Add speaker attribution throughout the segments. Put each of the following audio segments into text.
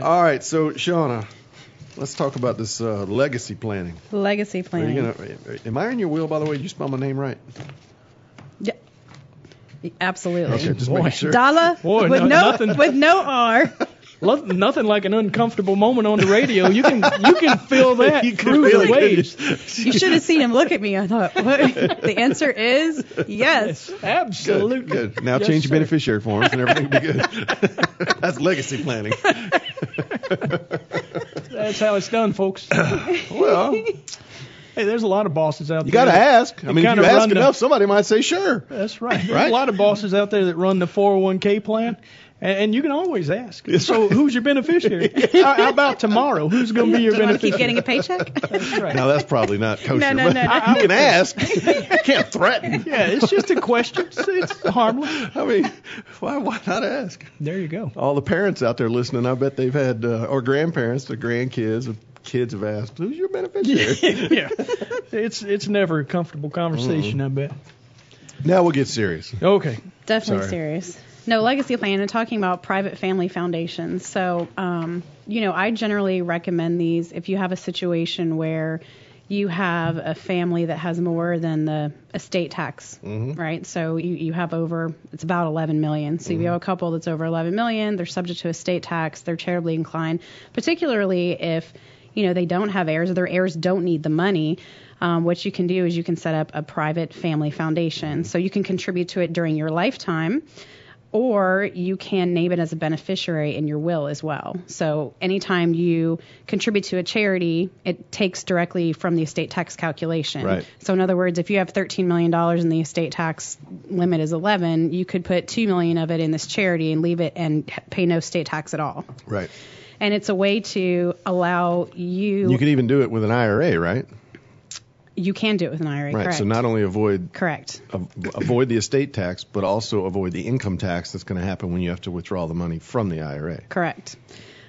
Speaker 1: All right, so Shauna, let's talk about this uh, legacy planning.
Speaker 2: Legacy
Speaker 1: Are
Speaker 2: planning.
Speaker 1: you gonna, uh, am I in your will, by the way? You spell my name right?
Speaker 2: Yeah, absolutely.
Speaker 1: Okay, just
Speaker 3: Boy.
Speaker 1: making sure.
Speaker 2: Dala
Speaker 3: Boy,
Speaker 2: with
Speaker 3: no-
Speaker 2: no,
Speaker 3: nothing.
Speaker 2: with no R.
Speaker 3: Lo- nothing like an uncomfortable moment on the radio. You can you can feel that
Speaker 1: You can
Speaker 3: through
Speaker 1: really
Speaker 3: the
Speaker 1: good.
Speaker 3: waves.
Speaker 2: You should have seen him look at me. I thought what? the answer is yes.
Speaker 3: Absolutely.
Speaker 1: Good, good. Now
Speaker 3: Yes,
Speaker 1: change
Speaker 3: sir.
Speaker 1: your beneficiary forms and everything will be good. That's legacy planning.
Speaker 3: That's how it's done, folks. hey,
Speaker 1: Well, you
Speaker 3: there's a lot of bosses out there.
Speaker 1: got to ask. I mean, if
Speaker 3: kinda
Speaker 1: you ask
Speaker 3: run the-
Speaker 1: enough, somebody might say sure.
Speaker 3: That's right. There's
Speaker 1: Right?
Speaker 3: a lot of bosses out there that run the 401k plan, and, and you can always ask. so who's your beneficiary? how, how about tomorrow? Who's going to be your
Speaker 2: Do you want to
Speaker 3: beneficiary?
Speaker 2: keep getting a paycheck?
Speaker 3: That's right.
Speaker 1: Now that's probably not kosher.
Speaker 2: No, no,
Speaker 1: but
Speaker 2: no, no.
Speaker 1: You can ask. You can't threaten.
Speaker 3: yeah, it's just a question. It's, it's harmless.
Speaker 1: I mean, why, why not ask?
Speaker 3: There you go.
Speaker 1: All the parents out there listening, I bet they've had, uh, or grandparents, the grandkids, the kids have asked, who's your beneficiary?
Speaker 3: yeah, it's it's never a comfortable conversation.
Speaker 1: Mm-hmm.
Speaker 3: I bet.
Speaker 1: Now we'll get serious.
Speaker 3: Okay.
Speaker 2: Definitely
Speaker 1: Sorry.
Speaker 2: serious. No, legacy plan and talking about private family foundations. So, um, you know, I generally recommend these if you have a situation where you have a family that has more than the estate tax, right? So you, you have over, it's about 11 million. So you have a couple that's over 11 million, they're subject to estate tax, they're charitably inclined, particularly if, you know, they don't have heirs or their heirs don't need the money. Um, what you can do is you can set up a private family foundation. So you can contribute to it during your lifetime, or you can name it as a beneficiary in your will as well. So anytime you contribute to a charity, it takes directly from the estate tax calculation.
Speaker 1: Right.
Speaker 2: So in other words, if you have $13 million and the estate tax limit is 11, you could put 2 million of it in this charity and leave it and pay no state tax at all.
Speaker 1: Right.
Speaker 2: And it's a way to allow you
Speaker 1: You can even do it with an IRA, right?
Speaker 2: you can do it with an IRA,
Speaker 1: Right.
Speaker 2: correct?
Speaker 1: So not only avoid
Speaker 2: correct.
Speaker 1: av- avoid the estate tax, but also avoid the income tax that's going to happen when you have to withdraw the money from the IRA.
Speaker 2: Correct.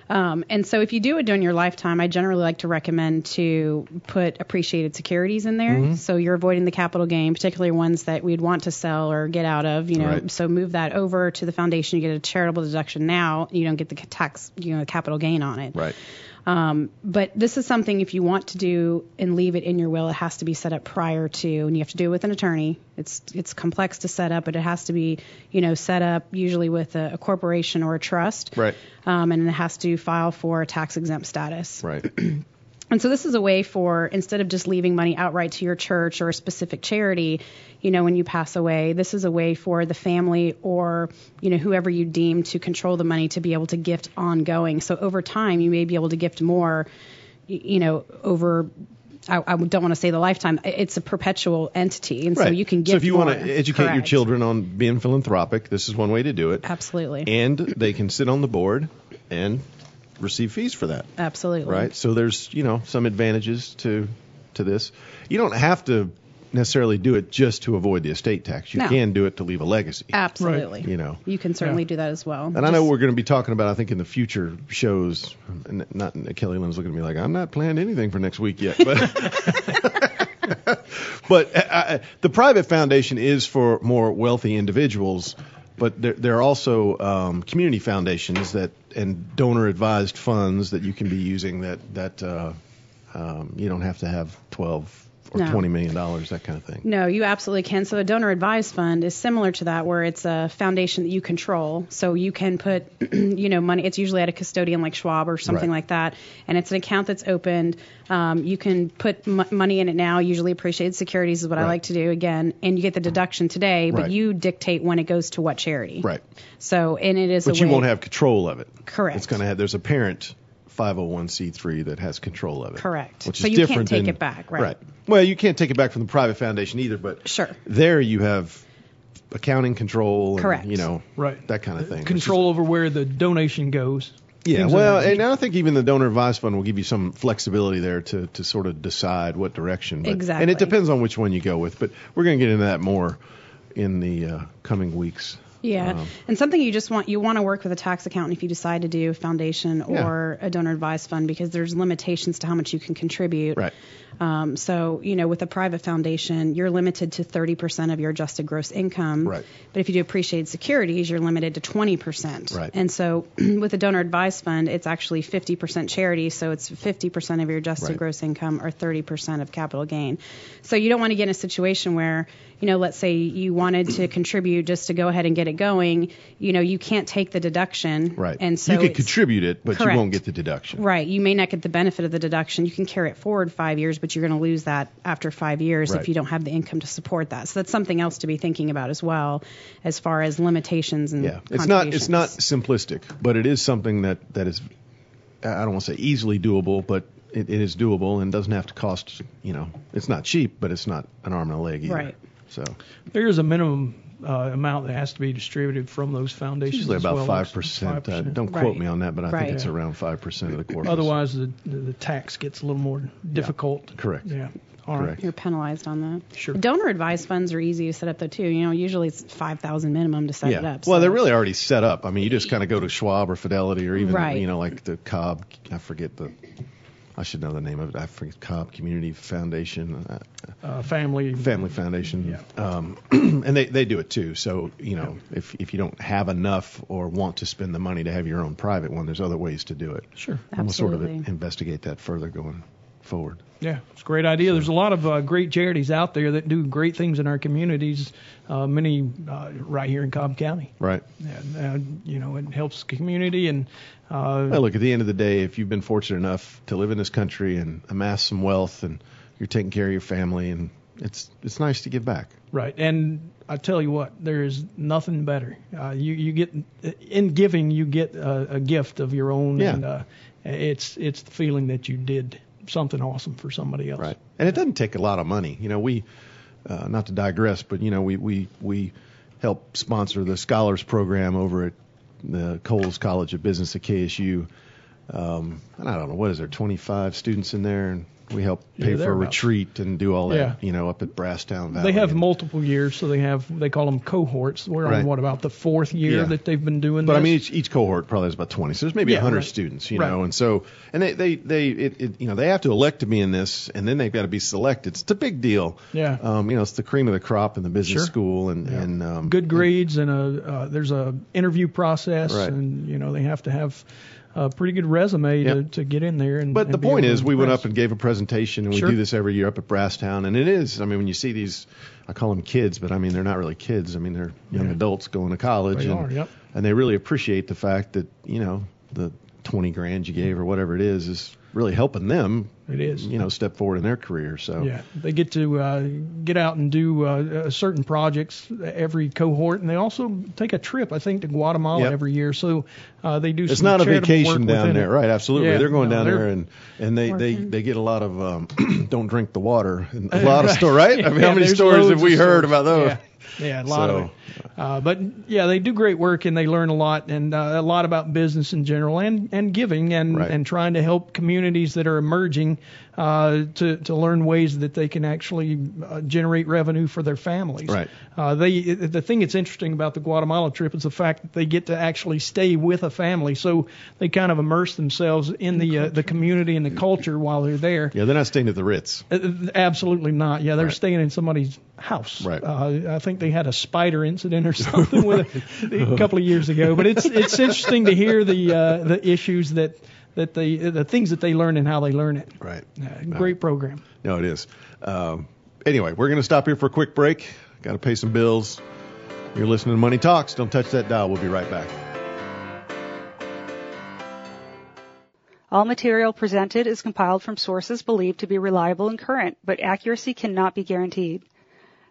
Speaker 2: Um, and so if you do it during your lifetime, I generally like to recommend to put appreciated securities in there.
Speaker 1: Mm-hmm.
Speaker 2: So you're avoiding the capital gain, particularly ones that we'd want to sell or get out of, you know.
Speaker 1: Right.
Speaker 2: So move that over to the foundation. You get a charitable deduction now. You don't get the tax, you know, capital gain on it.
Speaker 1: Right.
Speaker 2: Um, but this is something if you want to do and leave it in your will, it has to be set up prior to, and you have to do it with an attorney. It's it's complex to set up, but it has to be, you know, set up usually with a, a corporation or a trust.
Speaker 1: Right.
Speaker 2: Um, and it has to file for tax exempt status.
Speaker 1: Right.
Speaker 2: And so this is a way for instead of just leaving money outright to your church or a specific charity, you know, when you pass away, this is a way for the family or, you know, whoever you deem to control the money to be able to gift ongoing. So over time, you may be able to gift more, y- you know, over I, I don't want to say the lifetime. I- It's a perpetual entity, and
Speaker 1: right.
Speaker 2: so you can gift
Speaker 1: so if you
Speaker 2: more.
Speaker 1: want to educate your
Speaker 2: Correct.
Speaker 1: children on being philanthropic, this is one way to do it.
Speaker 2: absolutely,
Speaker 1: And they can sit on the board and receive fees for that.
Speaker 2: absolutely,
Speaker 1: right? So there's you know some advantages to to this. You don't have to necessarily do it just to avoid the estate tax. You
Speaker 2: No.
Speaker 1: can do it to leave a legacy.
Speaker 2: absolutely.
Speaker 1: You know.
Speaker 2: you can certainly do that as well.
Speaker 1: And I know we're going to be talking about, I think, in the future shows. And not Kelly Lynn's looking at me like I'm not planning anything for next week yet, but but I, I, the private foundation is for more wealthy individuals. But there, there are also um, community foundations that and donor-advised funds that you can be using that that uh, um, you don't have to have 12 or
Speaker 2: No.
Speaker 1: 20 million dollars, that kind of thing.
Speaker 2: No, you absolutely can. So a donor advised fund is similar to that, where it's a foundation that you control. So you can put, you know, money. It's usually at a custodian like Schwab or something
Speaker 1: Right.
Speaker 2: like that, and it's an account that's opened. Um, you can put m- money in it now. Usually appreciated securities is what I
Speaker 1: Right.
Speaker 2: like to do again, and you get the deduction today, but
Speaker 1: Right.
Speaker 2: you dictate when it goes to what charity.
Speaker 1: Right.
Speaker 2: So and it is.
Speaker 1: But
Speaker 2: a
Speaker 1: you
Speaker 2: way-
Speaker 1: won't have control of it.
Speaker 2: Correct.
Speaker 1: It's going to have there's a parent 501c3 that has control of it.
Speaker 2: Correct.
Speaker 1: Which
Speaker 2: So
Speaker 1: is
Speaker 2: you can't
Speaker 1: different
Speaker 2: take
Speaker 1: than-
Speaker 2: it back, right.
Speaker 1: Well, you can't take it back from the private foundation either, but
Speaker 2: Sure.
Speaker 1: There you have accounting control. and,
Speaker 2: Correct.
Speaker 1: You know,
Speaker 3: Right. Uh,
Speaker 1: That kind of thing. which is-
Speaker 3: Control over where the donation goes.
Speaker 1: yeah.
Speaker 3: things of
Speaker 1: Well,
Speaker 3: that nature.
Speaker 1: and I think even the donor advice fund will give you some flexibility there to to sort of decide what direction. but- And
Speaker 2: Exactly.
Speaker 1: it depends on which one you go with, but we're going to get into that more in the uh, coming weeks.
Speaker 2: Yeah,
Speaker 1: Um,
Speaker 2: and something you just want you want to work with a tax accountant if you decide to do foundation
Speaker 1: Yeah.
Speaker 2: or a donor advised fund because there's limitations to how much you can contribute.
Speaker 1: Right.
Speaker 2: Um, so you know, with a private foundation, you're limited to 30% of your adjusted gross income.
Speaker 1: Right.
Speaker 2: But if you do appreciated securities, you're limited to 20%.
Speaker 1: Right.
Speaker 2: And so with a donor advised fund, it's actually 50% charity, so it's 50% of your adjusted
Speaker 1: Right.
Speaker 2: gross income or 30% of capital gain. So you don't want to get in a situation where, you know, let's say you wanted to contribute just to go ahead and get it going, you know, you can't take the deduction.
Speaker 1: Right.
Speaker 2: And so
Speaker 1: you could
Speaker 2: it's-
Speaker 1: contribute it, but you
Speaker 2: Correct.
Speaker 1: won't get the deduction.
Speaker 2: Right. You may not get the benefit of the deduction. You can carry it forward five years, but you're going to lose that after five years if
Speaker 1: Right.
Speaker 2: you don't have the income to support that. So that's something else to be thinking about as well, as far as limitations and
Speaker 1: Yeah, it's not it's not
Speaker 2: contributions.
Speaker 1: simplistic, but it is something that that is I don't want to say easily doable, but it, it is doable and doesn't have to cost you know it's not cheap, but it's not an arm and a leg either.
Speaker 2: Right.
Speaker 1: So
Speaker 3: There is a minimum uh, amount that has to be distributed from those foundations.
Speaker 1: usually
Speaker 3: as
Speaker 1: about
Speaker 3: well.
Speaker 1: five percent. Uh,
Speaker 3: 5%.
Speaker 1: don't
Speaker 2: Right.
Speaker 1: quote me on that, but I
Speaker 2: Right.
Speaker 1: think it's around five percent of the corpus.
Speaker 3: Otherwise, the, the, the tax gets a little more difficult.
Speaker 1: Correct.
Speaker 3: Yeah. All right.
Speaker 1: Correct.
Speaker 2: You're penalized on that.
Speaker 3: Sure.
Speaker 2: Donor advised funds are easy to set up though too. You know, usually it's five thousand minimum to set
Speaker 1: yeah.
Speaker 2: it up.
Speaker 1: Well,
Speaker 2: so-
Speaker 1: they're really already set up. I mean, you just kind of go to Schwab or Fidelity or even
Speaker 2: Right.
Speaker 1: you know like the Cobb. I forget the. I should know the name of it. I forget Cobb Community Foundation. Uh,
Speaker 3: Uh, family.
Speaker 1: Family Foundation,
Speaker 3: Yeah.
Speaker 1: um, and they, they do it too. So you know, if if you don't have enough or want to spend the money to have your own private one, there's other ways to do it.
Speaker 3: Sure.
Speaker 1: And we'll sort of
Speaker 2: Absolutely.
Speaker 1: investigate that further going forward.
Speaker 3: Yeah, it's a great idea. There's a lot of uh, great charities out there that do great things in our communities. Uh, many uh, right here in Cobb County.
Speaker 1: Right.
Speaker 3: And, uh, you know, it helps the community and uh,
Speaker 1: Well, look, at the end of the day, if you've been fortunate enough to live in this country and amass some wealth, and you're taking care of your family, and it's it's nice to give back.
Speaker 3: Right, and I tell you what, there is nothing better. Uh, you you get in giving, you get a, a gift of your own,
Speaker 1: Yeah.
Speaker 3: and uh, it's it's the feeling that you did something awesome for somebody else.
Speaker 1: Right. And it doesn't take a lot of money. You know, we, uh, not to digress, but, you know, we, we, we help sponsor the scholars program over at the Coles College of Business at KSU. Um, and I don't know, what is there, 25 students in there? And we help pay for
Speaker 3: Yeah,
Speaker 1: a
Speaker 3: thereabouts.
Speaker 1: retreat and do all that,
Speaker 3: Yeah.
Speaker 1: you know, up at Brasstown Valley.
Speaker 3: They have
Speaker 1: And-
Speaker 3: multiple years, so they have they call them cohorts. We're
Speaker 1: Right.
Speaker 3: on what about the fourth year
Speaker 1: Yeah.
Speaker 3: that they've been doing
Speaker 1: But
Speaker 3: this?
Speaker 1: I mean, each, each cohort probably has about 20. So there's maybe a
Speaker 3: Yeah,
Speaker 1: 100
Speaker 3: right.
Speaker 1: students, you
Speaker 3: Right.
Speaker 1: know, and so, and they, they, they it, it, you know, they have to elect to be in this, and then they've got to be selected. It's a big deal.
Speaker 3: Yeah.
Speaker 1: Um, you know, it's the cream of the crop in the business
Speaker 3: Sure.
Speaker 1: school, and, and um,
Speaker 3: good grades and a uh, there's a interview process,
Speaker 1: Right.
Speaker 3: and you know they have to have a pretty good resume to,
Speaker 1: Yep.
Speaker 3: to get in there. And
Speaker 1: But
Speaker 3: and
Speaker 1: the
Speaker 3: be
Speaker 1: point
Speaker 3: able to
Speaker 1: is, we went
Speaker 3: impress.
Speaker 1: up and gave a presentation, and we
Speaker 3: Sure.
Speaker 1: do this every year up at Brasstown, and it is. I mean, when you see these, I call them kids, but I mean they're not really kids. I mean they're young
Speaker 3: Yeah.
Speaker 1: adults going to college,
Speaker 3: They
Speaker 1: and
Speaker 3: are, yep.
Speaker 1: and they really appreciate the fact that you know the twenty grand you gave or whatever it is is really helping them.
Speaker 3: It is.
Speaker 1: You know, step forward in their career. So
Speaker 3: Yeah, they get to uh, get out and do uh, uh, certain projects every cohort, and they also take a trip, I think, to Guatemala
Speaker 1: Yep.
Speaker 3: every year. So uh, they do.
Speaker 1: it's
Speaker 3: some
Speaker 1: not a
Speaker 3: charitable
Speaker 1: vacation
Speaker 3: work
Speaker 1: down
Speaker 3: within
Speaker 1: there,
Speaker 3: it.
Speaker 1: right? Absolutely,
Speaker 3: Yeah,
Speaker 1: they're going
Speaker 3: no,
Speaker 1: down
Speaker 3: they're-
Speaker 1: there and and they, they,
Speaker 2: Working.
Speaker 1: they get a lot of um, don't drink the water. and A lot of stories, right? I mean, how
Speaker 3: Yeah,
Speaker 1: many
Speaker 3: there's
Speaker 1: stories
Speaker 3: loads
Speaker 1: have we
Speaker 3: of
Speaker 1: heard
Speaker 3: stories.
Speaker 1: about those?
Speaker 3: Yeah, yeah a lot
Speaker 1: So-
Speaker 3: of it. Uh, but yeah, they do great work and they learn a lot and uh, a lot about business in general and, and giving and,
Speaker 1: Right.
Speaker 3: and trying to help communities that are emerging uh, to, to learn ways that they can actually uh, generate revenue for their families.
Speaker 1: Right.
Speaker 3: Uh, they the thing that's interesting about the Guatemala trip is the fact that they get to actually stay with a family, so they kind of immerse themselves in the uh, the community and the culture while they're there.
Speaker 1: Yeah, they're not staying at the Ritz.
Speaker 3: Uh, Absolutely not. Yeah, they're
Speaker 1: Right.
Speaker 3: staying in somebody's house.
Speaker 1: Right.
Speaker 3: Uh, I think they had a spider incident or something with a, a couple of years ago. But it's it's interesting to hear the uh, the issues that that they the things that they learn and how they learn it.
Speaker 1: Right.
Speaker 3: Uh, great program.
Speaker 1: No, it is. Um, anyway, we're going to stop here for a quick break. Got to pay some bills. You're listening to Money Talks. Don't touch that dial. We'll be right back.
Speaker 4: All material presented is compiled from sources believed to be reliable and current, but accuracy cannot be guaranteed.